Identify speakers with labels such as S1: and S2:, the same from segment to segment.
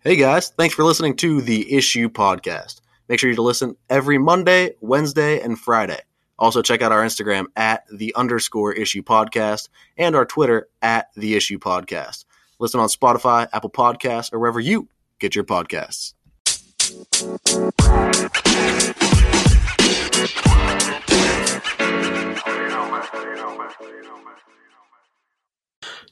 S1: Hey guys, thanks for listening to the Issue Podcast. Make sure you to listen every Monday, Wednesday, and Friday. Also, check out our Instagram at the underscore issue podcast and our Twitter at the issue podcast. Listen on Spotify, Apple Podcasts, or wherever you get your podcasts.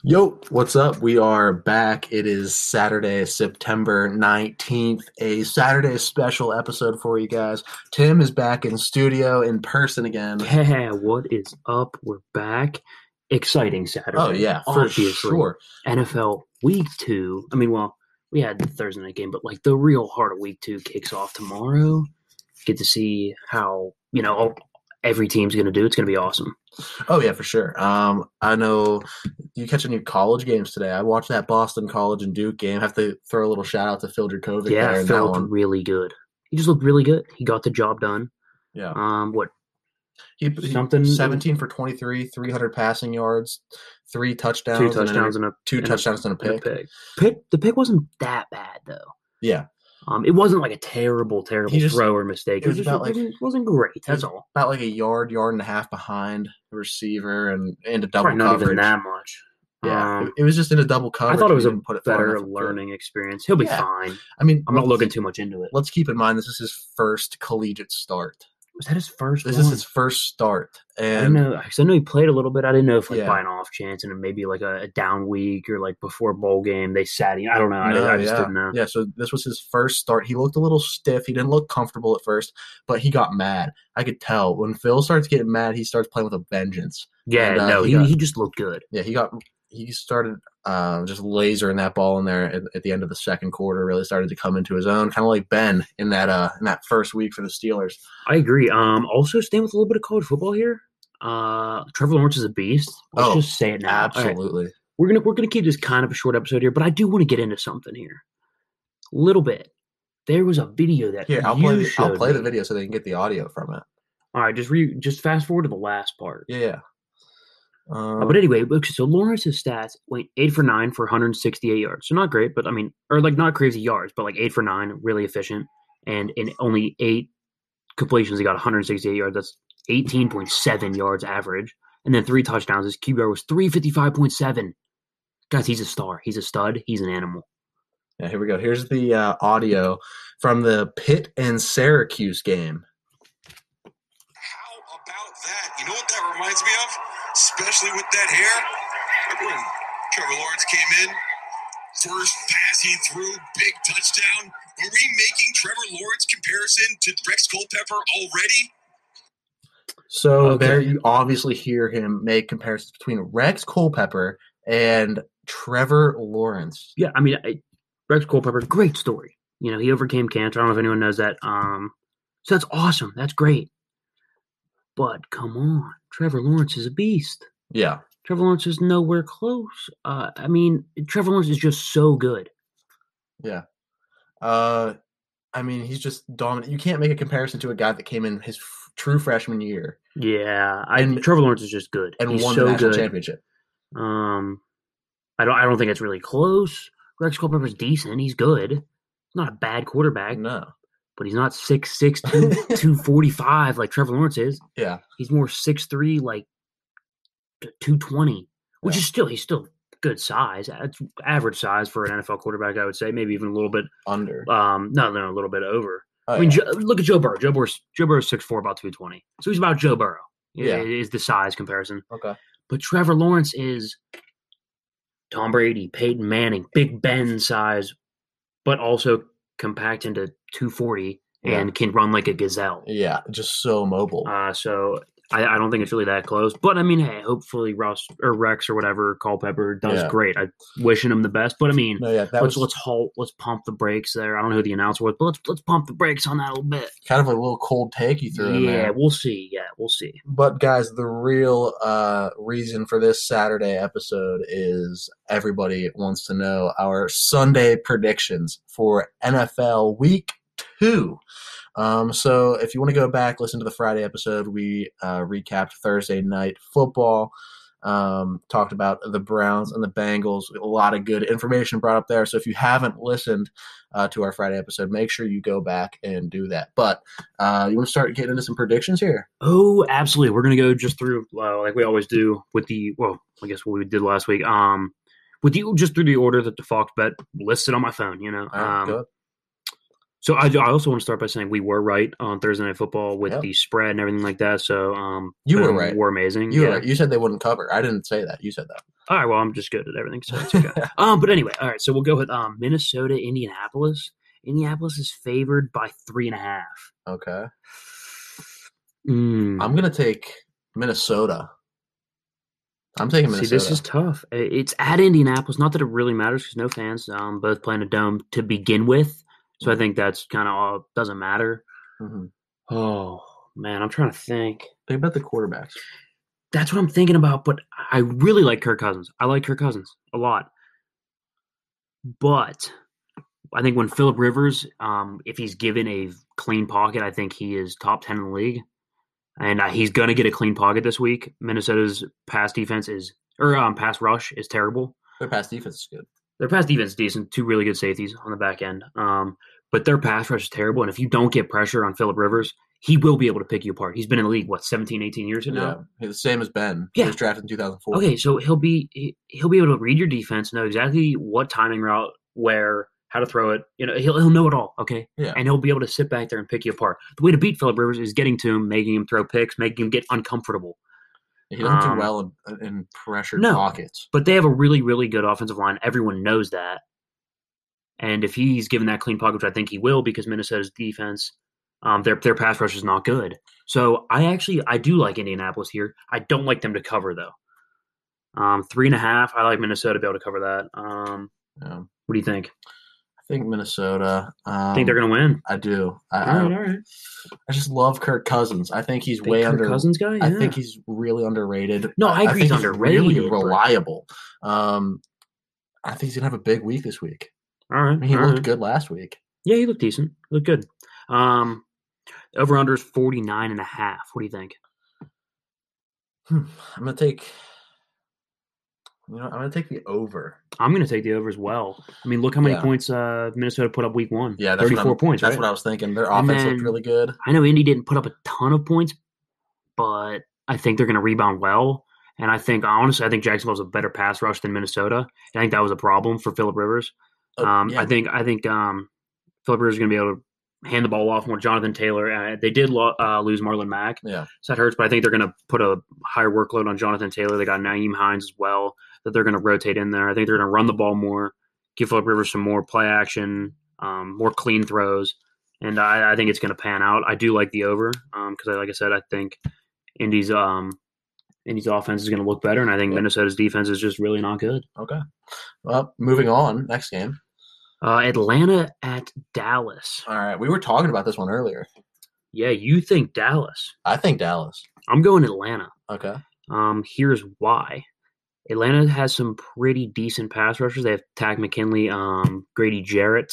S1: Yo, what's up? We are back. It is Saturday, September 19th, a Saturday special episode for you guys. Tim is back in studio in person again.
S2: Yeah, what is up? We're back. Exciting Saturday.
S1: Oh, yeah, for
S2: obviously.
S1: sure.
S2: NFL week two. I mean, well, we had the Thursday night game, but like the real heart of week two kicks off tomorrow. Get to see how, you know, all, every team's going to do. It's going to be awesome.
S1: Oh, yeah, for sure. Um, I know you catch any college games today. I watched that Boston College and Duke game. have to throw a little shout out to Phil Dracovic there
S2: yeah,
S1: in that
S2: felt
S1: one.
S2: really good. He just looked really good. He got the job done.
S1: Yeah.
S2: Um, what?
S1: He, he-
S2: something-
S1: 17 for 23, 300 passing yards, three touchdowns,
S2: Two
S1: and an-
S2: touchdowns and a,
S1: two
S2: and a-
S1: touchdowns and a
S2: and a
S1: pick.
S2: pick. Pick. The pick wasn't that bad though.
S1: Yeah.
S2: Um, it wasn't like a terrible, terrible
S1: just-
S2: throw or mistake.
S1: it
S2: It
S1: was
S2: was just
S1: about, like-
S2: it wasn't, wasn't great. That's
S1: was
S2: all.
S1: About like a yard, yard and a half behind the receiver and into double
S2: Probably not
S1: coverage.
S2: even that much.
S1: Yeah,
S2: Um,
S1: it, it was just in a double
S2: I
S1: coverage.
S2: thought it
S1: We
S2: was a
S1: didn't put it far
S2: better
S1: enough up field.
S2: learning experience. He'll be
S1: Yeah.
S2: fine.
S1: I mean,
S2: I'm not
S1: let's-
S2: looking too much into it.
S1: Let's keep in mind this is his first collegiate start.
S2: Was that his first?
S1: This is
S2: one?
S1: his first start,
S2: I didn't
S1: and
S2: know. 'cause I know he played a little bit. I didn't know if like
S1: Yeah.
S2: by an off chance and then maybe like a, a down week or like before bowl game they sat him. I don't know. I,
S1: No,
S2: I just
S1: yeah.
S2: didn't know.
S1: Yeah, so this was his first start. He looked a little stiff. He didn't look comfortable at first, but he got mad. I could tell when Phil starts getting mad, he starts playing with a vengeance.
S2: Yeah,
S1: And, uh,
S2: no,
S1: he
S2: he,
S1: got-
S2: he just looked good.
S1: Yeah, he got he started um, just lasering that ball in there at, at the end of the second quarter. Really started to come into his own, kind of like Ben in that uh in that first week for the Steelers.
S2: I agree. Um, also staying with a little bit of college football here. Uh, Trevor Lawrence is a beast. Let's
S1: Oh,
S2: just say it now. All right.
S1: Absolutely.
S2: we're gonna we're gonna keep this kind of a short episode here, but I do want to get into something here, a little bit. There was a video that
S1: Here, I'll
S2: you
S1: play the, I'll
S2: showed
S1: play the
S2: me.
S1: video so they can get the audio from it.
S2: All right, just re, just fast forward to the last part.
S1: Yeah. yeah.
S2: Uh,
S1: Um,
S2: but anyway, look, so Lawrence's stats went eight for nine for 168 yards, so not great, but I mean, or like not crazy yards, but like eight for nine, really efficient, and in only eight completions, he got 168 yards. That's 18.7 yards average, and then three touchdowns. His QBR was 355.7. Guys, he's a star. He's a stud. He's an animal.
S1: yeah, here we go. Here's the uh, audio from the Pitt and Syracuse game.
S3: How about that? You know what that reminds me of? Especially with that hair. Remember when Trevor Lawrence came in? First pass he threw, big touchdown. Were we making Trevor Lawrence comparison to Rex Culpepper already?
S1: So
S2: Oh, Okay.
S1: there you obviously hear him make comparisons between Rex Culpepper and Trevor Lawrence.
S2: yeah, I mean, I, Rex Culpepper, great story. You know, he overcame cancer. I don't know if anyone knows that. Um, so that's awesome. That's great. But come on, Trevor Lawrence is a beast.
S1: Yeah.
S2: Trevor Lawrence is nowhere close. Uh, I mean, Trevor Lawrence is just so good.
S1: Uh, I mean, he's just dominant. You can't make a comparison to a guy that came in his f- true freshman year
S2: Yeah, I,
S1: And-
S2: Trevor Lawrence is just good.
S1: and
S2: He's
S1: won
S2: so
S1: the national
S2: good.
S1: championship.
S2: Um, I don't. I don't think it's really close. Rex Culpepper's decent. He's good. Not a bad quarterback,
S1: No.
S2: but he's not six six two two forty five like Trevor Lawrence is.
S1: Yeah.
S2: He's more six three, like two twenty, which
S1: Yeah.
S2: is still he's still good size. That's average size for an NFL quarterback, I would say. Maybe even a little bit.
S1: Under.
S2: Um, no, no, a little bit over.
S1: Oh,
S2: I mean,
S1: yeah.
S2: Joe, look at Joe Burrow. Joe Burrow's, Joe Burrow's six four, about two twenty. So he's about Joe Burrow.
S1: Yeah.
S2: Yeah, is the size comparison.
S1: okay.
S2: But Trevor Lawrence is Tom Brady, Peyton Manning, Big Ben size, but also compact into two forty
S1: Yeah.
S2: and can run like a gazelle.
S1: Yeah, just so mobile.
S2: Uh, so I, I don't think it's really that close. But I mean, hey, hopefully Russ or Rex or whatever Culpepper does
S1: Yeah.
S2: great. I wishing him the best. But I mean,
S1: no, yeah, that
S2: let's
S1: was
S2: let's halt, let's pump the brakes there. I don't know who the announcer was, but let's let's pump the brakes on that a little bit.
S1: kind of a little cold take you threw in
S2: yeah,
S1: there.
S2: we'll see. Yeah, we'll see.
S1: But guys, the real uh, reason for this Saturday episode is everybody wants to know our Sunday predictions for NFL Week Two. Um, so if you want to go back, listen to the Friday episode. We uh, recapped Thursday night football. Um, talked about the Browns and the Bengals. A lot of good information brought up there. So if you haven't listened uh, to our Friday episode, make sure you go back and do that. But uh, you want to start getting into some predictions here?
S2: Oh, absolutely. We're gonna go just through uh, like we always do with the well, I guess what we did last week. Um, with the just through the order that the Fox bet listed on my phone. You know.
S1: All right,
S2: um,
S1: go.
S2: So I, I also want to start by saying we were right on Thursday Night Football with
S1: Yep.
S2: the spread and everything like that. So um,
S1: You were
S2: boom,
S1: right.
S2: We're amazing.
S1: You,
S2: yeah.
S1: were- you said they wouldn't cover. I didn't say that. You said that.
S2: All right. Well, I'm just good at everything, so it's okay. um, but anyway, all right. So we'll go with um Minnesota, Indianapolis. Indianapolis is favored by three and a half.
S1: Okay.
S2: Mm.
S1: I'm gonna take Minnesota. I'm taking
S2: See,
S1: Minnesota.
S2: this is tough. I- It's at Indianapolis. Not that it really matters because no fans. Um, both playing a dome to begin with, so I think that's kind of all doesn't matter.
S1: Mhm.
S2: Oh man, I'm trying to think.
S1: Think about the quarterbacks.
S2: That's what I'm thinking about. But I really like Kirk Cousins. I like Kirk Cousins a lot. But I think when Philip Rivers, um, if he's given a clean pocket, I think he is top ten in the league, and uh, he's going to get a clean pocket this week. Minnesota's pass defense is or um, pass rush is terrible.
S1: Their pass defense is good.
S2: Their pass defense is decent. Two really good safeties on the back end. Um, but their pass rush is terrible. And if you don't get pressure on Philip Rivers, he will be able to pick you apart. He's been in the league, what, 17, 18 years now?
S1: Yeah. He's the same as Ben. He
S2: Yeah.
S1: was drafted in 2004.
S2: Okay, so he'll be he- he'll be able to read your defense, know exactly what timing route, where, how to throw it. You know, he'll he'll know it all. Okay,
S1: Yeah.
S2: and he'll be able to sit back there and pick you apart. The way to beat Philip Rivers is getting to him, making him throw picks, making him get uncomfortable.
S1: He doesn't
S2: Um,
S1: do well in, in pressured
S2: No.
S1: pockets.
S2: But they have a really really good offensive line. Everyone knows that. And if he's given that clean pocket, which I think he will, because Minnesota's defense, um, their their pass rush is not good. So I actually I do like Indianapolis here. I don't like them to cover though. Um, three and a half. I like Minnesota to be able to cover that. Um,
S1: Um,
S2: what do you think?
S1: I think Minnesota. Um,
S2: I think they're going to win.
S1: I do. I,
S2: All right,
S1: I,
S2: all right.
S1: I just love Kirk Cousins. I think he's
S2: Think
S1: way
S2: Kirk
S1: under.
S2: Cousins guy.
S1: I
S2: Yeah.
S1: think he's really underrated.
S2: No, I agree he's
S1: think Really
S2: underrated, but-
S1: reliable. Um, I think he's gonna have a big week this week.
S2: all right.
S1: I mean, he
S2: all
S1: looked
S2: right.
S1: good last week.
S2: Yeah, he looked decent. Looked good. Um, over under is 49 and a half. What do you think?
S1: Hmm, I'm gonna take. You know, I'm gonna take the over.
S2: I'm going to take the over as well. I mean, look how many
S1: Yeah.
S2: points uh, Minnesota put up week one.
S1: Yeah, that's what
S2: 34
S1: I'm-
S2: points.
S1: That's
S2: right?
S1: what I was thinking. Their
S2: And
S1: offense looked
S2: then-
S1: really good.
S2: I know Indy didn't put up a ton of points, but I think they're going to rebound well. And I think, honestly, I think Jacksonville's a better pass rush than Minnesota. I think that was a problem for Philip Rivers.
S1: Oh,
S2: um,
S1: yeah,
S2: I think I think um, Philip Rivers is going to be able to hand the ball off more. Jonathan Taylor. Uh, they did lo- uh, lose Marlon Mack,
S1: yeah.
S2: so that hurts. But I think they're going to put a higher workload on Jonathan Taylor. They got Naeem Hines as well that they're going to rotate in there. I think they're going to run the ball more, give Philip Rivers some more play action, um, more clean throws, and I, I think it's going to pan out. I do like the over because, I like I said, I think Indy's um, Indy's offense is going to look better, and I think
S1: Yep.
S2: Minnesota's defense is just really not good.
S1: Okay. Well, moving on. Next game.
S2: Uh, Atlanta at Dallas.
S1: All right. We were talking about this one earlier.
S2: Yeah, you think Dallas.
S1: I think Dallas.
S2: I'm going Atlanta.
S1: Okay.
S2: Um, here's why. Atlanta has some pretty decent pass rushers. They have Tack McKinley, um, Grady Jarrett,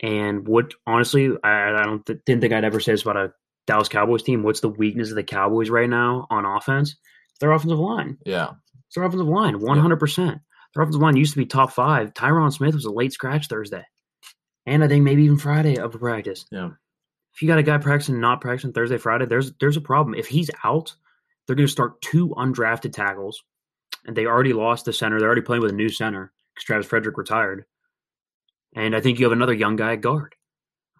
S2: and what honestly, I, I don't th- didn't think I'd ever say this about a Dallas Cowboys team. What's the weakness of the Cowboys right now on offense? Their offensive line.
S1: Yeah.
S2: It's their offensive line, 100%. Their offensive line used to be top five. Tyron Smith was a late scratch Thursday. And I think maybe even Friday of the practice.
S1: Yeah.
S2: If you got a guy practicing not practicing Thursday, Friday, there's there's a problem. If he's out, they're going to start two undrafted tackles, and they already lost the center. They're already playing with a new center because Travis Frederick retired, and I think you have another young guy at guard.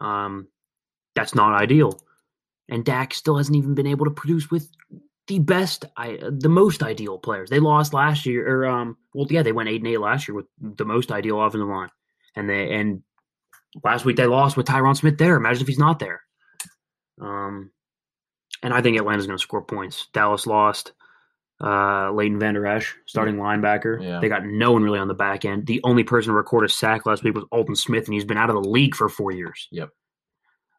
S2: Um, that's not ideal, and Dak still hasn't even been able to produce with the best, I the most ideal players. They lost last year, or um, well, yeah, they went eight and eight last year with the most ideal offensive line, and they and last week they lost with Tyron Smith there. Imagine if he's not there. Um, and I think Atlanta's going to score points. Dallas lost. Uh, Leighton Vander Esch, starting linebacker.
S1: Yeah.
S2: They got no one really on the back end. The only person to record a sack last week was Alton Smith, and he's been out of the league for four years.
S1: Yep.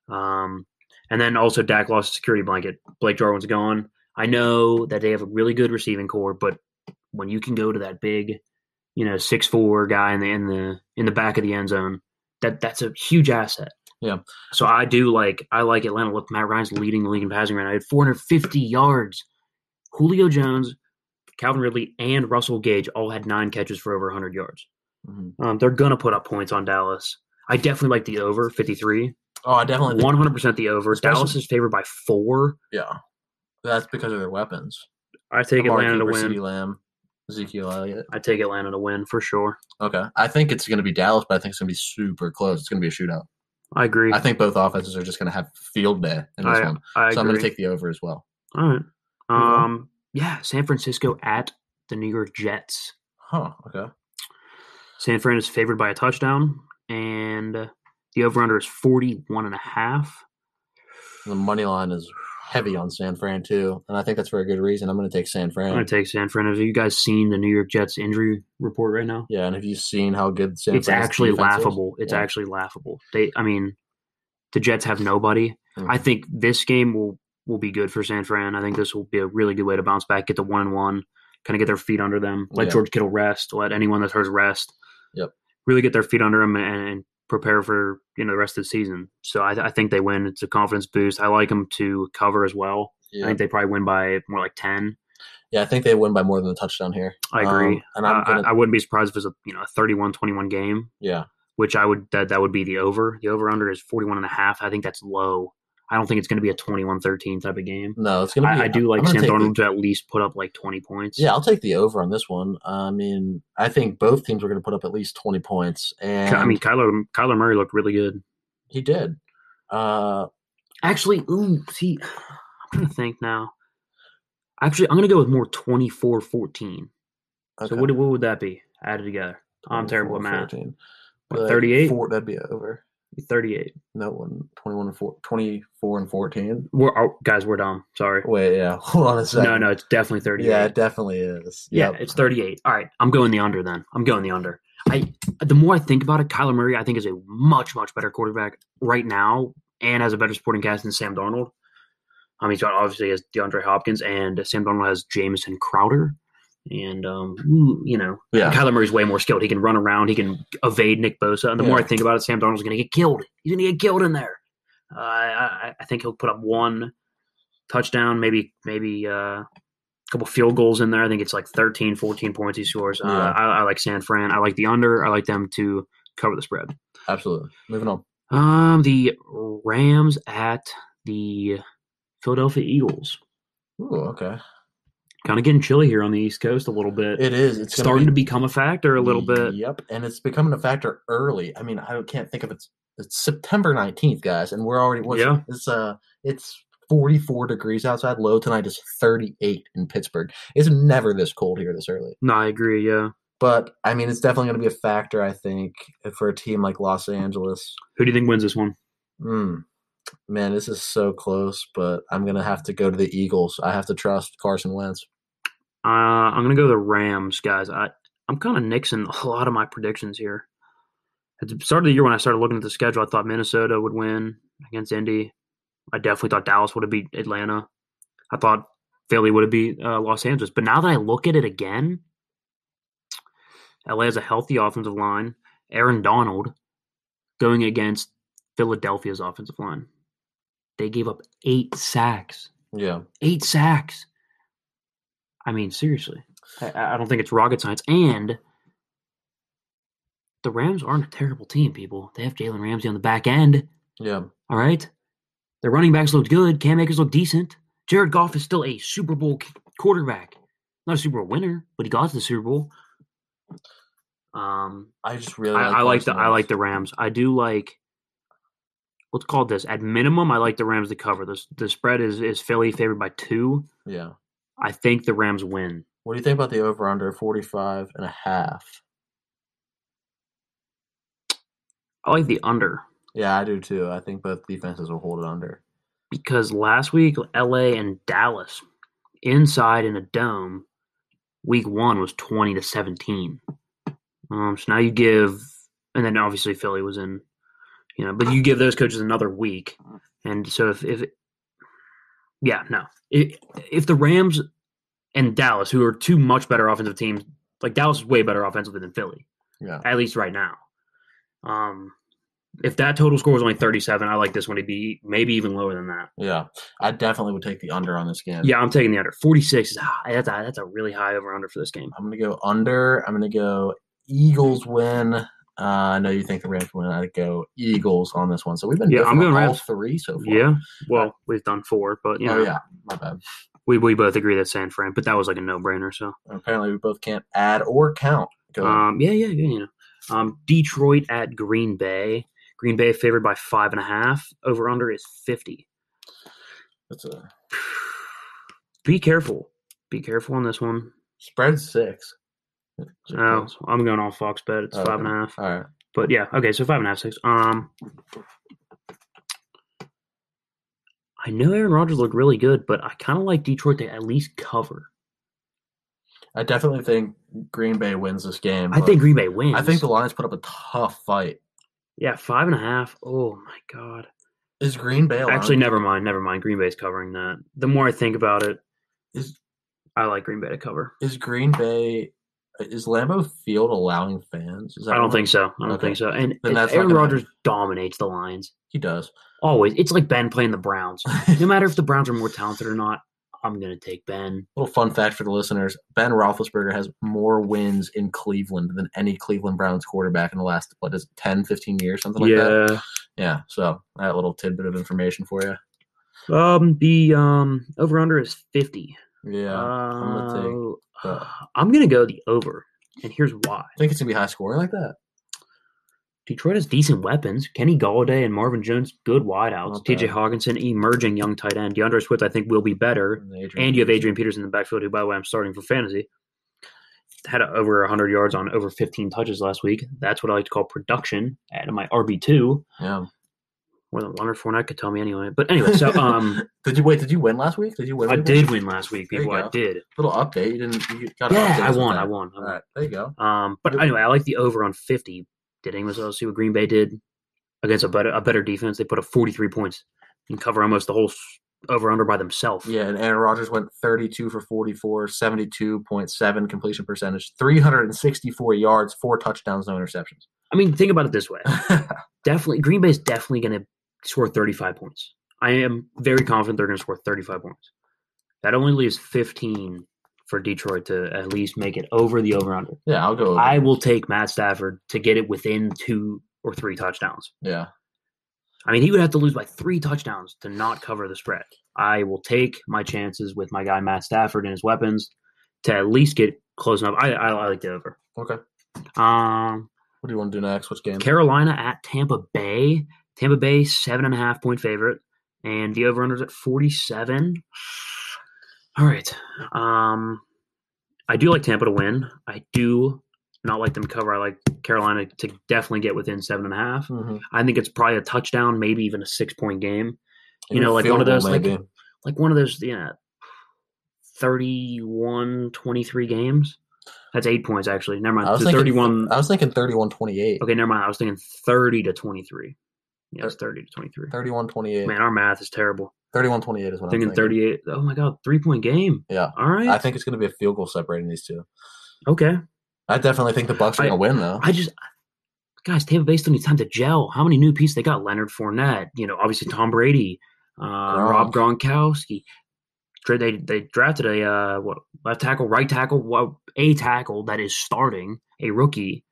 S2: Um, and then also Dak lost a security blanket. Blake Jarwin's gone. I know that they have a really good receiving core, but when you can go to that big, you know, six four guy in the in the in the back of the end zone, that that's a huge asset.
S1: Yeah.
S2: So I do like I like Atlanta. Look, Matt Ryan's leading the league in passing right now. He had 450 yards. Julio Jones Calvin Ridley and Russell Gage all had nine catches for over 100 yards.
S1: Mhm.
S2: Um, they're going to put up points on Dallas. I definitely like the over 53.
S1: Oh, I definitely think,
S2: 100% the over.
S1: Especially-
S2: Dallas is favored by four.
S1: yeah. That's because of their weapons.
S2: I take
S1: Amari
S2: Atlanta to
S1: Cooper,
S2: win.
S1: CeeDee Lamb, Ezekiel Elliott.
S2: I take Atlanta to win for sure.
S1: Okay, I think it's going to be Dallas, but I think it's going to be super close. It's going to be a shootout.
S2: I agree.
S1: I think both offenses are just going to have field day in this
S2: I-
S1: one,
S2: I
S1: so I'm
S2: agree.
S1: going to take the over as well.
S2: All right.
S1: on.
S2: Um, yeah, San Francisco at the New York Jets.
S1: Huh? Okay.
S2: San Fran is favored by a touchdown, and uh, the over/under is 41 and a half.
S1: The money line is heavy on San Fran too, and I think that's for a good reason. I'm going to take San
S2: I'm
S1: Fran.
S2: going to take San Fran. Have you guys seen the New York Jets injury report right now?
S1: yeah, and have you seen how good San?
S2: it's
S1: Fran's
S2: actually
S1: defense is?
S2: laughable. It's
S1: Yeah.
S2: actually laughable. They, I mean, the Jets have nobody.
S1: Mhm.
S2: I think this game will will be good for San Fran. I think this will be a really good way to bounce back, get the one and one, kind of get their feet under them. Let
S1: Yeah.
S2: George Kittle rest. Let anyone that's hurt rest.
S1: Yep.
S2: Really get their feet under them and, and prepare for you know the rest of the season. So I, I think they win. It's a confidence boost. I like them to cover as well.
S1: Yeah.
S2: I think they probably win by more like ten.
S1: yeah, I think they win by more than a touchdown here.
S2: I agree.
S1: Um, and I'm
S2: I-
S1: gonna-
S2: I, I wouldn't be surprised if it's a you know a 31-21 game.
S1: Yeah,
S2: which I would that that would be the over. The over under is 41 and a half. I think that's low. I don't think it's going to be a 21-13 type of game.
S1: no, it's going to be.
S2: I, I do like
S1: I'm gonna
S2: Sam
S1: take the-
S2: Darnold to at least put up like 20 points.
S1: Yeah, I'll take the over on this one. I mean, I think both teams are going to put up at least 20 points,
S2: Ky-
S1: and
S2: I mean Kyler Kyler Murray looked really good.
S1: he did. Uh,
S2: Actually, ooh, see, I'm trying to think now. Actually, I'm going to go with more 24-14.
S1: okay.
S2: So what what would that be added together? I'm terrible at math.
S1: 14.
S2: What,
S1: But
S2: 38?
S1: Four, that'd be over.
S2: 38.
S1: No one, 21 and four, 24 and 14.
S2: We're oh, guys, we're dumb. Sorry.
S1: Wait, yeah, hold on a second.
S2: No, no, it's definitely 38.
S1: yeah, it definitely is.
S2: Yeah,
S1: Yep.
S2: it's 38. All right, I'm going the under then. I'm going the under. I the more I think about it, Kyler Murray I think is a much much better quarterback right now and has a better sporting cast than Sam Darnold. Um, he's got obviously has DeAndre Hopkins and Sam Darnold has Jameson Crowder. And um, ooh, you know,
S1: yeah,
S2: Kyler Murray's way more skilled. He can run around. He can evade Nick Bosa. And the more I
S1: Yeah.
S2: think about it, Sam Darnold's going to get killed. He's going to get killed in there. Uh, I, I- I think he'll put up one touchdown, maybe maybe uh, a couple field goals in there. I think it's like 13, 14 points he scores. Uh,
S1: Yeah.
S2: I, I like San Fran. I like the under. I like them to cover the spread.
S1: absolutely. Moving on.
S2: Um, the Rams at the Philadelphia Eagles.
S1: Ooh, okay.
S2: Kind of getting chilly here on the East Coast a little bit.
S1: It is. It's
S2: it's
S1: gonna
S2: starting
S1: be-
S2: to become a factor a little bit.
S1: Yep, and it's becoming a factor early. I mean, I can't think of it's it's September nineteenth, guys, and we're already what's-
S2: Yeah.
S1: It's uh, it's forty four degrees outside. Low tonight is thirty eight in Pittsburgh. It's never this cold here this early.
S2: No, I agree. Yeah.
S1: But I mean, it's definitely going to be a factor. I think for a team like Los Angeles.
S2: Who do you think wins this one?
S1: Mm, man, this is so close. But I'm going to have to go to the Eagles. I have to trust Carson Wentz.
S2: Uh, I'm gonna go the Rams, guys. I I'm kind of nixing a lot of my predictions here. At the start of the year, when I started looking at the schedule, I thought Minnesota would win against Indy. I definitely thought Dallas would have beat Atlanta. I thought Philly would have beat uh, Los Angeles. But now that I look at it again, LA has a healthy offensive line. Aaron Donald going against Philadelphia's offensive line. They gave up eight sacks
S1: Yeah,
S2: eight sacks. I mean, seriously, I, I don't think it's rocket science. And the Rams aren't a terrible team, people. They have Jalen Ramsey on the back end.
S1: yeah.
S2: All right, their running backs looked good. Cam Akers looked decent. Jared Goff is still a Super Bowl c- quarterback, not a Super Bowl winner, but he got to the Super Bowl. Um,
S1: I just really.
S2: I, I like the
S1: Carson
S2: I like
S1: Wentz.
S2: the Rams. I do like. Let's call it this. At minimum, I like the Rams to cover. This the spread is is Philly favored by two.
S1: Yeah.
S2: I think the Rams win.
S1: What do you think about the over under 45 and a half?
S2: I like the under
S1: Yeah, I do too. I think both defenses will hold it under.
S2: because last week LA and Dallas inside in a dome week 1 was 20 to 17. Um so now you give and then obviously Philly was in you know, but you give those coaches another week. And so if if yeah, no. If, if the Rams and Dallas who are two much better offensive teams, like Dallas is way better offensively than Philly.
S1: Yeah.
S2: at least right now. Um, If that total score was only 37, I like this one to be maybe even lower than that.
S1: Yeah, I definitely would take the under on this game.
S2: Yeah, I'm taking the under. 46 is ah, that's a, that's a really high over under for this game.
S1: I'm gonna go under. I'm gonna go Eagles win. Uh, I know you think the Rams win. I go Eagles on this one. So we've been
S2: Yeah,
S1: different
S2: I'm going
S1: on all
S2: Rams.
S1: three so far.
S2: Yeah. Well, we've done four, but you know,
S1: Oh yeah, my bad.
S2: we, we both agree that San Fran, but that was like a no brainer. So,
S1: Apparently we both can't add or count. Go
S2: um, yeah, yeah, yeah, you know. Um, Detroit at Green Bay. Green Bay favored by five and a half. Over under is 50.
S1: That's a
S2: Be careful. Be careful on this one.
S1: spread six.
S2: Oh, I'm going all Fox bet. It's
S1: Oh,
S2: five and a half.
S1: All right.
S2: But yeah, okay, so five and a half, six. Um, I know Aaron Rodgers looked really good, but I kind of like Detroit to at least cover.
S1: I definitely think Green Bay wins this game.
S2: I
S1: but
S2: think Green Bay wins.
S1: I think the Lions put up a tough fight.
S2: yeah, five and a half. Oh my god.
S1: Is Green Bay allowed-
S2: Actually, never mind, never mind. Green Bay's covering that. The more I think about it,
S1: Is
S2: I like Green Bay to cover.
S1: is Green Bay is Lambeau Field allowing fans? Is
S2: I don't
S1: what-
S2: think so. I don't
S1: Okay.
S2: think so. And,
S1: Then
S2: and
S1: that's not
S2: Aaron
S1: gonna-
S2: Rodgers dominates the Lions
S1: he does.
S2: always. It's like Ben playing the Browns. no matter if the Browns are more talented or not, I'm gonna take Ben.
S1: Little fun fact for the listeners: Ben Roethlisberger has more wins in Cleveland than any Cleveland Browns quarterback in the last what is it, 10, 15 years, something like that. Yeah. So that little tidbit of information for you.
S2: Um, the um over under is fifty.
S1: Yeah. I'm gonna take.
S2: Uh,
S1: the-
S2: I'm gonna go the over, and here's why.
S1: I think it's gonna be high scoring like that.
S2: Detroit has decent weapons. Kenny Galladay and Marvin Jones, good wideouts.
S1: Not
S2: T.J.
S1: bad.
S2: Hawkinson, emerging young tight end. DeAndre Swift, I think, will be better. And you have Adrian Peterson in the backfield, who, by the way, I'm starting for fantasy. Had a, over 100 yards on over 15 touches last week. That's what I like to call production. Out of my RB two,
S1: Yeah.
S2: more than Leonard Fournette could tell me anyway. But anyway, so um,
S1: Did you wait? Did you win last week? Did you win?
S2: I
S1: week
S2: did
S1: one?
S2: win last week,
S1: There you
S2: people. I
S1: go.
S2: did.
S1: Little update. You didn't. You got an
S2: Yeah,
S1: update
S2: I won,
S1: sometime.
S2: I won. I
S1: All
S2: won.
S1: right. There you go.
S2: Um, but anyway, I like the over on fifty. Did anyone else see what Green Bay did against a better a better defense? They put up forty three points and cover almost the whole over under by themselves.
S1: Yeah, and Aaron Rodgers went 32 for 44, 72.7 completion percentage, 364 yards, four touchdowns, no interceptions.
S2: I mean, think about it this way: definitely, Green Bay's definitely going to score thirty five points. I am very confident they're going to score thirty five points. That only leaves fifteen for Detroit to at least make it over the over under.
S1: yeah, I'll go. over.
S2: I will take Matt Stafford to get it within two or three touchdowns.
S1: yeah,
S2: I mean, he would have to lose by three touchdowns to not cover the spread. I will take my chances with my guy Matt Stafford and his weapons to at least get close enough. I, I, I like the over.
S1: okay.
S2: Um,
S1: What do you want to do next? Which game?
S2: Carolina at Tampa Bay. Tampa Bay seven and a half point favorite, and the over/unders at forty-seven. All right. Um, I do like Tampa to win. I do not like them to cover. I like Carolina to definitely get within seven and a half.
S1: Mhm.
S2: I think it's probably a touchdown, maybe even a six-point game. You
S1: Even
S2: know, like one of
S1: field
S2: those,
S1: goal,
S2: like- uh,
S1: maybe.
S2: like one of those yeah 31 23 games that's eight points actually never mind
S1: I was
S2: So
S1: thinking- uh,
S2: 31
S1: I was thinking 31 28.
S2: okay never mind i was thinking 30 to 23 yeah it's 30 to 23
S1: 31 28.
S2: man our math is terrible
S1: 31 28 is what
S2: thinking
S1: I'm thinking.
S2: 38 oh my god three point game
S1: Yeah.
S2: all right
S1: I think it's going to be a field goal separating these two.
S2: okay
S1: I definitely think the Bucks are
S2: I-
S1: going to win, though.
S2: i just guys tampa bay still needs time to gel how many new pieces they got leonard Fournette, you know obviously tom brady uh, rob gronkowski Dra- they they drafted a uh, what left tackle, right tackle, well, a tackle that is starting a rookie,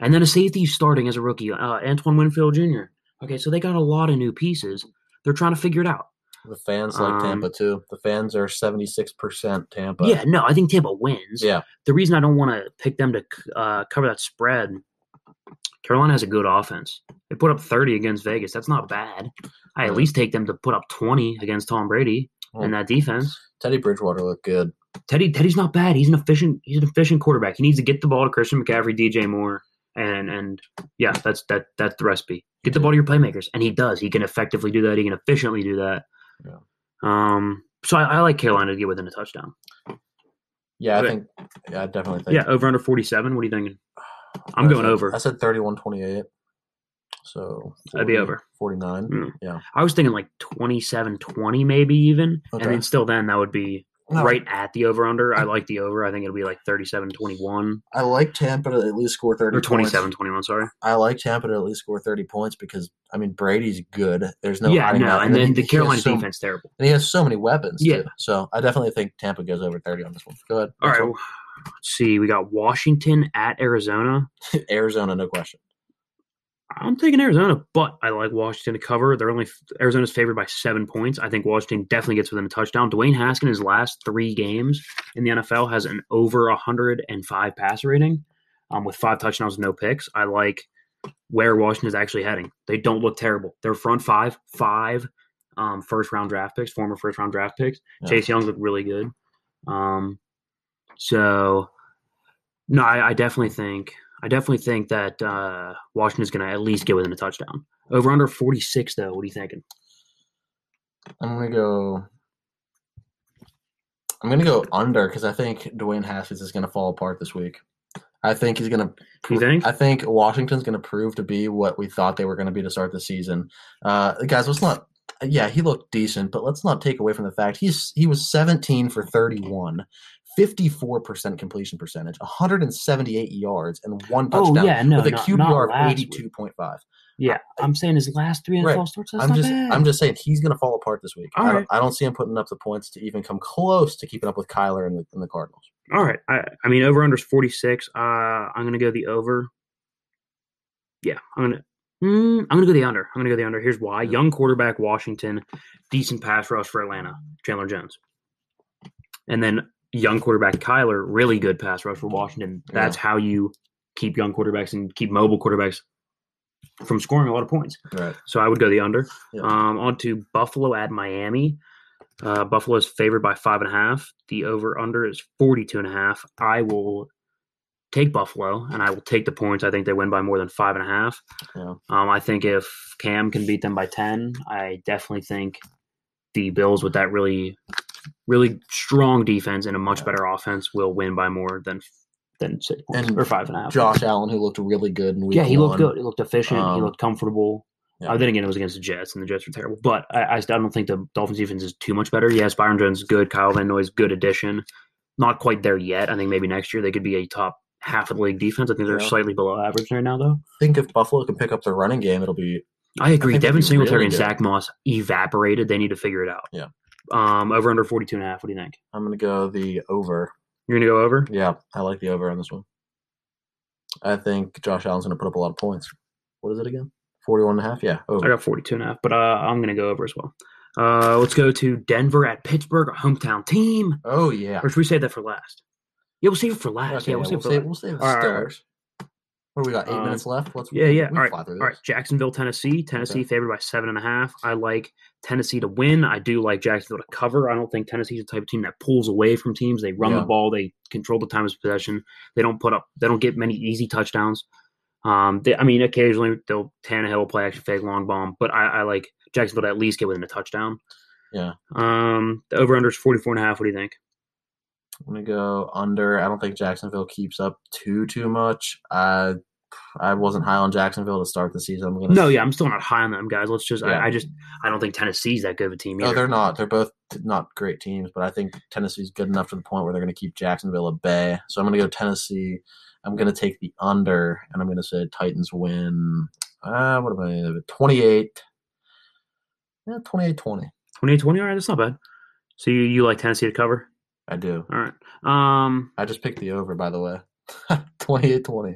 S2: and then a safety starting as a rookie, uh, Antoine Winfield Jr. Okay, so they got a lot of new pieces. They're trying to figure it out.
S1: the fans like
S2: um,
S1: Tampa, too. The fans are 76% Tampa.
S2: yeah, no, I think Tampa wins.
S1: Yeah.
S2: The reason I don't want to pick them to uh, cover that spread, Carolina has a good offense. They put up 30 against Vegas. That's not bad. I at
S1: Yeah. Oh.
S2: least take them to put up 20 against Tom Brady and
S1: Well,
S2: that defense.
S1: Teddy Bridgewater looked good.
S2: Teddy Teddy's not bad. He's an efficient he's an efficient quarterback. He needs to get the ball to Christian McCaffrey, DJ Moore, and and yeah, that's that that's the recipe. Get the ball to your playmakers, and he does. He can effectively do that. He can efficiently do that.
S1: Yeah.
S2: Um. So I, I like Carolina to get within a touchdown.
S1: Yeah, I
S2: Okay.
S1: think. Yeah, I definitely think.
S2: Yeah, over under forty seven. What are you thinking? I'm
S1: I
S2: going
S1: said-
S2: over.
S1: I said 31 28. So
S2: I'd be over.
S1: 49.
S2: I was thinking like 27-20 maybe even,
S1: Okay.
S2: and then still then that would be
S1: No. Mm.
S2: right at the over under. I like the over. I think it'll be like 37 21
S1: I like Tampa to at least score thirty
S2: or 27
S1: Points.
S2: 21. Sorry.
S1: I like Tampa to at least score thirty points because I mean Brady's good. There's no
S2: yeah,
S1: hiding
S2: no.
S1: that.
S2: And then
S1: he-
S2: the
S1: he has
S2: Carolina
S1: so-
S2: defense, terrible.
S1: and he has so many weapons.
S2: Yeah.
S1: too. So I definitely think Tampa goes over thirty on this one. Go ahead.
S2: All
S1: Next
S2: right.
S1: one.
S2: well, Let's see. We got Washington at Arizona.
S1: Arizona, no question.
S2: I'm taking Arizona, but I like Washington to cover. They're only Arizona's favored by seven points. I think Washington definitely gets within a touchdown. Dwayne Haskins, his last three games in the NFL, has an over 105 passer rating, um, with five touchdowns, no picks. I like where Washington is actually heading. They don't look terrible. Their front five, five um, first round draft picks, former first round draft picks.
S1: Yeah.
S2: Chase Young's looked really good. Um, so no, I, I definitely think I definitely think that uh, Washington's going to at least get within a touchdown. Over under forty six though. What are you thinking?
S1: I'm gonna go. I'm gonna go under because I think Dwayne Haskins is gonna fall apart this week. I think he's gonna.
S2: You think?
S1: I think Washington's gonna prove to be what we thought they were gonna be to start the season. Uh, guys, let's not. Yeah, he looked decent, but let's not take away from the fact he's he was 17 for 31. 54% completion percentage, 178 yards, and one
S2: Oh,
S1: touchdown
S2: yeah, no,
S1: with a
S2: not-
S1: QBR
S2: not
S1: of
S2: last
S1: 82.5.
S2: Yeah, I'm saying his last three NFL
S1: Right.
S2: starts. That's
S1: I'm
S2: not
S1: just
S2: bad.
S1: I'm just saying he's gonna fall apart this week.
S2: All
S1: I, don't,
S2: right.
S1: I don't see him putting up the points to even come close to keeping up with Kyler and the, and the Cardinals.
S2: All right. I, I mean, over under is forty six. Uh, I'm going to go the over. Yeah, I'm going to. Mm, I'm going to go the under. I'm going to go the under. Here's why: young quarterback, Washington, decent pass rush for Atlanta, Chandler Jones, and then young quarterback Kyler, really good pass rush for Washington. That's how you keep young quarterbacks and keep mobile quarterbacks from scoring a lot of points.
S1: Right.
S2: So I would go the under.
S1: Yeah.
S2: Um, on to Buffalo at Miami. Uh, Buffalo is favored by five and a half. The over under is 42 and a half. I will take Buffalo and I will take the points. I think they win by more than five and a half.
S1: Yeah.
S2: Um, I think if Cam can beat them by 10, I definitely think the Bills with that really, really strong defense and a much
S1: Yeah.
S2: better offense will win by more than than six points,
S1: And
S2: or five and a half.
S1: Josh Allen, who looked really good in week
S2: Yeah, he looked
S1: one.
S2: good. He looked efficient. he
S1: Um,
S2: looked comfortable.
S1: yeah.
S2: Uh, then again, it was against the Jets, and the Jets were terrible. But I, I, still- I don't think the Dolphins defense is too much better. Yes, Byron Jones is good. Kyle Van Noy is good addition. Not quite there yet. I think maybe next year they could be a top half of the league defense. I think they're
S1: Yeah.
S2: slightly below average right now, though.
S1: I think if Buffalo can pick up their running game, it'll be
S2: I agree.
S1: think they'd
S2: Devin
S1: be
S2: Singletary
S1: really
S2: and
S1: good.
S2: Zach Moss evaporated. They need to figure it out.
S1: Yeah.
S2: Um, over under 42 and a half. What do you think?
S1: I'm gonna go the over.
S2: You're going to go over?
S1: Yeah, I like the over on this one. I think Josh Allen's gonna put up a lot of points. What is it again? 41 and a half? Yeah, over.
S2: I got 42 and a half, but uh, I'm going to go over as well. Uh, let's go to Denver at Pittsburgh, our hometown team.
S1: Oh yeah.
S2: Or should we save that for last? Yeah, we'll save it for last.
S1: Okay,
S2: yeah, we'll
S1: yeah,
S2: save it for
S1: save,
S2: last.
S1: we'll save the
S2: All right, all right.
S1: Steelers. What do we got? Eight
S2: Um,
S1: minutes left. Let's
S2: Yeah, yeah.
S1: we can
S2: All right.
S1: fly through
S2: All
S1: this.
S2: right. Jacksonville, Tennessee. Tennessee favored by seven and a half. I like Tennessee to win. I do like Jacksonville to cover. I don't think Tennessee's the type of team that pulls away from teams. They run
S1: Yeah.
S2: the ball. They control the time of possession. They don't put up. They don't get many easy touchdowns. Um, they, I mean, occasionally they'll Tannehill will play action fake long bomb, but I, I like Jacksonville to at least get within a touchdown.
S1: Yeah.
S2: Um, the over under is 44 and a half. What do you think?
S1: I'm gonna go under. I don't think Jacksonville keeps up too too much. I I wasn't high on Jacksonville to start the season. I'm gonna
S2: No, yeah, I'm still not high on them, guys. Let's just,
S1: Yeah.
S2: I, I just, I don't think Tennessee's that good of a team
S1: No,
S2: either.
S1: they're not. They're both t- not great teams, but I think Tennessee's good enough to the point where they're gonna keep Jacksonville at bay. So I'm gonna go Tennessee. I'm gonna take the under, and I'm gonna say Titans win. Uh, what am I? 28. Yeah, 28-20.
S2: 28 20. All right, that's not bad. So you, you like Tennessee to cover?
S1: I do.
S2: All right. Um,
S1: I just picked the over, by the way. 28-20.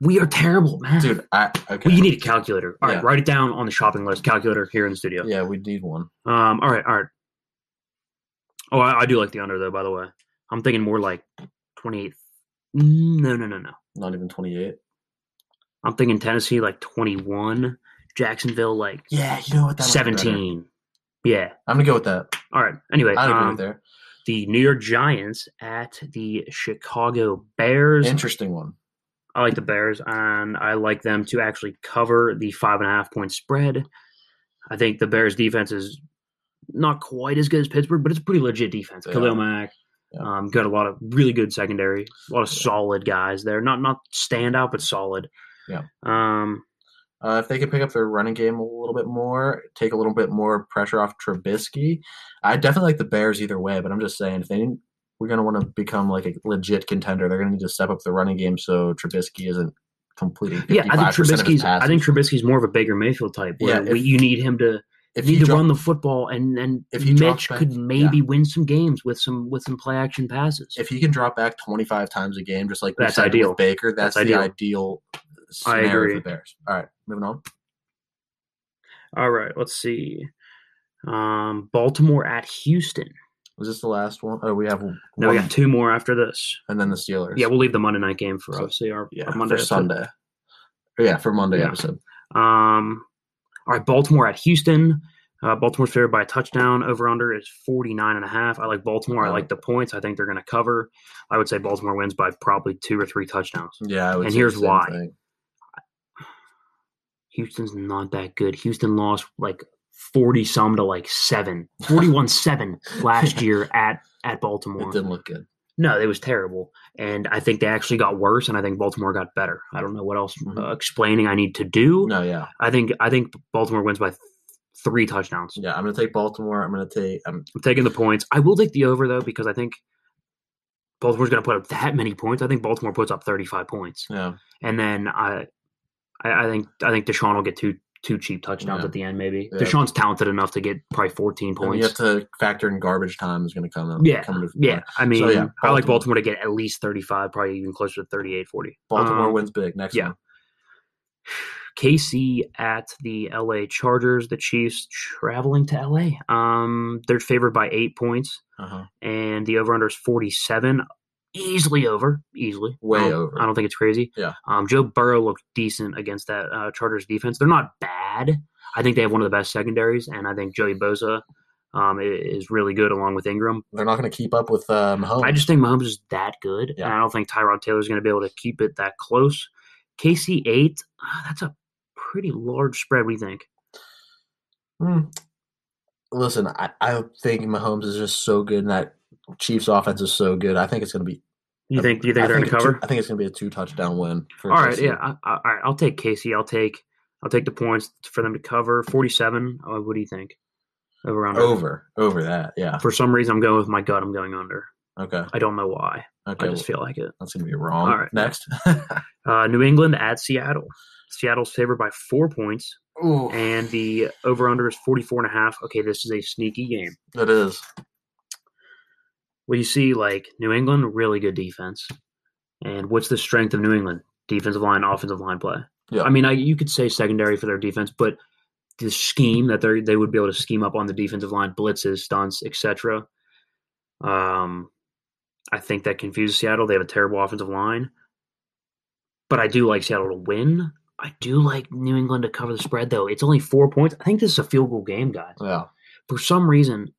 S2: we are terrible, man.
S1: Dude, I okay.
S2: We need a calculator. All right,
S1: Yeah.
S2: write it down on the shopping list. Calculator here in the studio.
S1: yeah, we need one.
S2: Um, all right, all right. Oh, I, I do like the under though. By the way, I'm thinking more like 28. Mm, No, no, no, no.
S1: Not even 28.
S2: I'm thinking Tennessee like 21, Jacksonville like
S1: Yeah, you know what? might be better.
S2: 17. Yeah.
S1: I'm gonna go with that.
S2: All right. Anyway,
S1: I agree
S2: um,
S1: with there.
S2: the New York Giants at the Chicago Bears.
S1: Interesting one.
S2: I like the Bears, and I like them to actually cover the five and a half point spread. I think the Bears defense is not quite as good as Pittsburgh, but it's a pretty legit defense.
S1: They are.
S2: Khalil Mack
S1: Yeah.
S2: um, got a lot of really good secondary, a lot of
S1: Yeah.
S2: solid guys there. Not not standout, but solid.
S1: Yeah.
S2: Um,
S1: Uh, if they can pick up their running game a little bit more, take a little bit more pressure off Trubisky, I definitely like the Bears either way. But I'm just saying, if they we're going to want to become like a legit contender, they're going to need to step up the running game so Trubisky isn't completing. 55%
S2: Yeah, I think
S1: of his
S2: Trubisky's. I
S1: passes.
S2: think Trubisky's more of a Baker Mayfield type. Where
S1: Yeah,
S2: we,
S1: if-
S2: you need him to
S1: if
S2: need
S1: he
S2: to
S1: drop-
S2: run the football, and and
S1: if he drops
S2: Mitch
S1: back,
S2: could
S1: yeah.
S2: maybe win some games with some with some play action passes.
S1: if he can drop back 25 times a game, just like we
S2: That's
S1: said with
S2: ideal.
S1: Baker, that's,
S2: That's
S1: the
S2: ideal.
S1: ideal, scenario for
S2: agree.
S1: the Bears. All right, moving on.
S2: All right, let's see. Um, Baltimore at Houston.
S1: Was this the last one? Oh, we have one,
S2: Now we got two more after this.
S1: and then the Steelers.
S2: Yeah, we'll leave the Monday night game for
S1: So-
S2: obviously our,
S1: yeah,
S2: our Monday
S1: for
S2: episode.
S1: Sunday. Yeah, for Monday
S2: Yeah.
S1: episode.
S2: Um, all right, Baltimore at Houston. Uh, Baltimore's favored by a touchdown. Over under is 49 and a half. I like Baltimore. I
S1: Oh.
S2: like the points. I think they're going to cover. I would say Baltimore wins by probably two or three touchdowns.
S1: Yeah, I would
S2: And
S1: say the
S2: here's
S1: same
S2: why.
S1: thing.
S2: Houston's not that good. Houston lost like 40 some to like seven, 41 7 last year at, at
S1: It
S2: Baltimore.
S1: didn't look good.
S2: No, it was terrible. And I think they actually got worse, and I think Baltimore got better. I don't know what else
S1: Mhm.
S2: uh, explaining I need to do.
S1: No, yeah,
S2: I think I think Baltimore wins by th- three touchdowns.
S1: yeah. I'm gonna take Baltimore. I'm gonna take. I'm,
S2: I'm taking the points. I will take the over though because I think Baltimore's going to put up that many points. I think Baltimore puts up 35 points,
S1: yeah,
S2: and then I, I, I think I think Deshaun will get two two cheap touchdowns
S1: Yeah.
S2: at the end. Maybe
S1: Yeah.
S2: Deshaun's talented enough to get probably 14
S1: and you have
S2: points.
S1: to factor in garbage time is gonna come. in-
S2: Yeah,
S1: come into play.
S2: yeah. I mean,
S1: yeah,
S2: I like
S1: Baltimore.
S2: Baltimore to get at least 35, probably even closer to 38, 40.
S1: Baltimore
S2: Um,
S1: wins big next.
S2: yeah.
S1: one.
S2: KC at the LA Chargers. The Chiefs traveling to LA. Um, they're favored by eight points,
S1: Uh-huh.
S2: and the over under is 47. Easily over, easily.
S1: Way
S2: I don't-
S1: over.
S2: I don't think it's crazy.
S1: Yeah.
S2: Um, Joe Burrow looked decent against that uh, Chargers defense. They're not bad. I think they have one of the best secondaries, and I think Joey Bosa um, i- is really good along with Ingram.
S1: They're not gonna keep up with um, Mahomes.
S2: I just think Mahomes is that good,
S1: Yeah.
S2: and I don't think Tyrod Taylor is going to be able to keep it that close. KC eight, ah, that's a pretty large spread. We think.
S1: Hmm. Listen, I, I think Mahomes is just so good, and that Chiefs offense is so good. I think it's going to be.
S2: You
S1: I-
S2: think? You think
S1: I
S2: they're going to
S1: a two-
S2: cover?
S1: I think it's going to be a two touchdown win. For
S2: all right,
S1: KC.
S2: yeah. I, I, all right, I'll take KC. I'll take. I'll take the points for them to cover forty-seven. Uh, what do you think? Over under.
S1: Over, over that, yeah.
S2: For some reason, I'm going with my gut. I'm going under.
S1: Okay,
S2: I don't know why.
S1: okay.
S2: I just feel like it.
S1: that's going to be wrong.
S2: All right.
S1: Next.
S2: Uh, New England at Seattle. Seattle's favored by four points,
S1: Ooh,
S2: and the over/under is 44 and a half. Okay, this is a sneaky game.
S1: that is.
S2: Well, you see, like New England, really good defense. And what's the strength of New England? Defensive line, offensive line play.
S1: Yeah.
S2: I mean, I, you could say secondary for their defense, but the scheme that they they would be able to scheme up on the defensive line, blitzes, stunts, etc. Um, I think that confuses Seattle. They have a terrible offensive line, but I do like Seattle to win. I do like New England to cover the spread, though. It's only four points. I think this is a field goal game, guys
S1: Yeah.
S2: for some reason,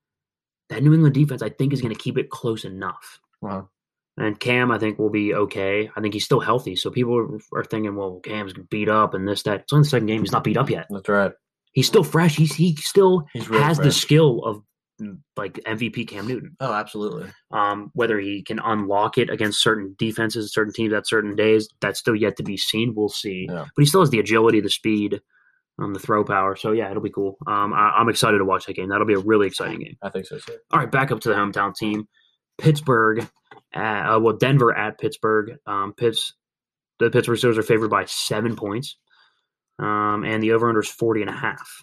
S2: that New England defense, I think, is going to keep it close enough.
S1: Uh-huh.
S2: And Cam, I think, will be okay. I think he's still healthy. So people are, are thinking, well, Cam's beat up and this, that. It's only the second game. He's not beat up yet.
S1: That's right.
S2: He's still fresh. He's, he still
S1: He's really
S2: has the
S1: fresh.
S2: skill of mm, like MVP Cam Newton.
S1: Oh, absolutely.
S2: Um, whether he can unlock it against certain defenses, certain teams at certain days, that's still yet to be seen. We'll see.
S1: Yeah.
S2: But he still has the agility, the speed, um, the throw power. So, yeah, it'll be cool. Um, I, I'm excited to watch that game. That'll be a really exciting game.
S1: I think so too.
S2: All right, back up to the hometown team, Pittsburgh. At, uh, well, Denver at Pittsburgh. Um, Pitts, the Pittsburgh Steelers are favored by seven points, um, and the over/under is forty and a half.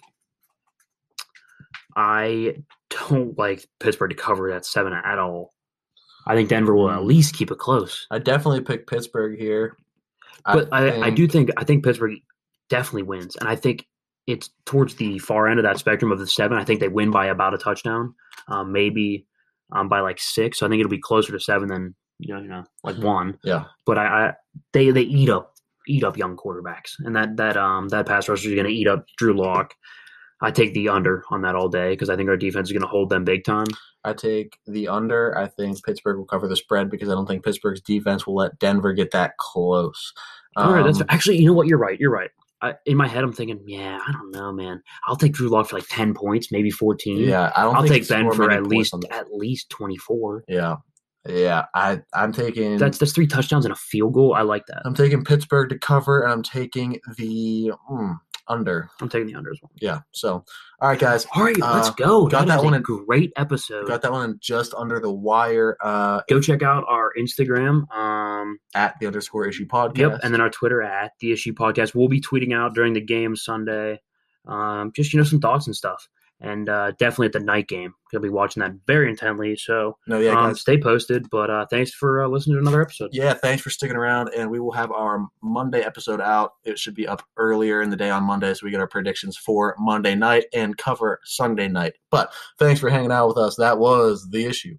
S2: I don't like Pittsburgh to cover that seven at all. I think Denver will at least keep it close,
S1: I definitely pick Pittsburgh here.
S2: but I, I,
S1: think-
S2: do think I think Pittsburgh definitely wins, and I think it's towards the far end of that spectrum of the seven. I think they win by about a touchdown, um, maybe um, by like six. So I think it'll be closer to seven than you know, you know like one.
S1: Hmm. Yeah.
S2: But I, I they they eat up eat up young quarterbacks, and that that um that pass rusher is going to eat up Drew Lock. I take the under on that all day because I think our defense is going to hold them big time.
S1: I take the under. I think Pittsburgh will cover the spread because I don't think Pittsburgh's defense will let Denver get that close.
S2: All right, that's
S1: Um,
S2: actually you know what you're right. You're right. I, in my head, I'm thinking, yeah, I don't know, man. I'll take Drew Lock for like ten points, maybe fourteen.
S1: yeah. I don't
S2: I'll
S1: think
S2: take
S1: he's
S2: Ben
S1: scored
S2: for
S1: many
S2: at
S1: points
S2: least
S1: on this.
S2: at least twenty four.
S1: Yeah, yeah. I I'm taking
S2: That's that's three touchdowns and a field goal. I like that.
S1: I'm taking Pittsburgh to cover, and I'm taking the. Mm, Under.
S2: I'm taking the under as well.
S1: Yeah. So, all right, guys.
S2: All right, let's
S1: Uh,
S2: go.
S1: got that
S2: is
S1: one
S2: a
S1: in-
S2: great episode.
S1: Got that one in just under the wire uh,
S2: go check out our Instagram. Um,
S1: at the underscore issue podcast.
S2: Yep, and then our Twitter at the Issue Podcast. We'll be tweeting out during the game Sunday, um, just you know some thoughts and stuff, and uh, definitely at the night game. Gonna be watching that very intently. So
S1: no, yeah,
S2: um,
S1: guys.
S2: stay posted. But uh, thanks for uh, listening to another episode.
S1: yeah, thanks for sticking around, and we will have our Monday episode out. It should be up earlier in the day on Monday, so we get our predictions for Monday night and cover Sunday night. But thanks for hanging out with us. That was the issue.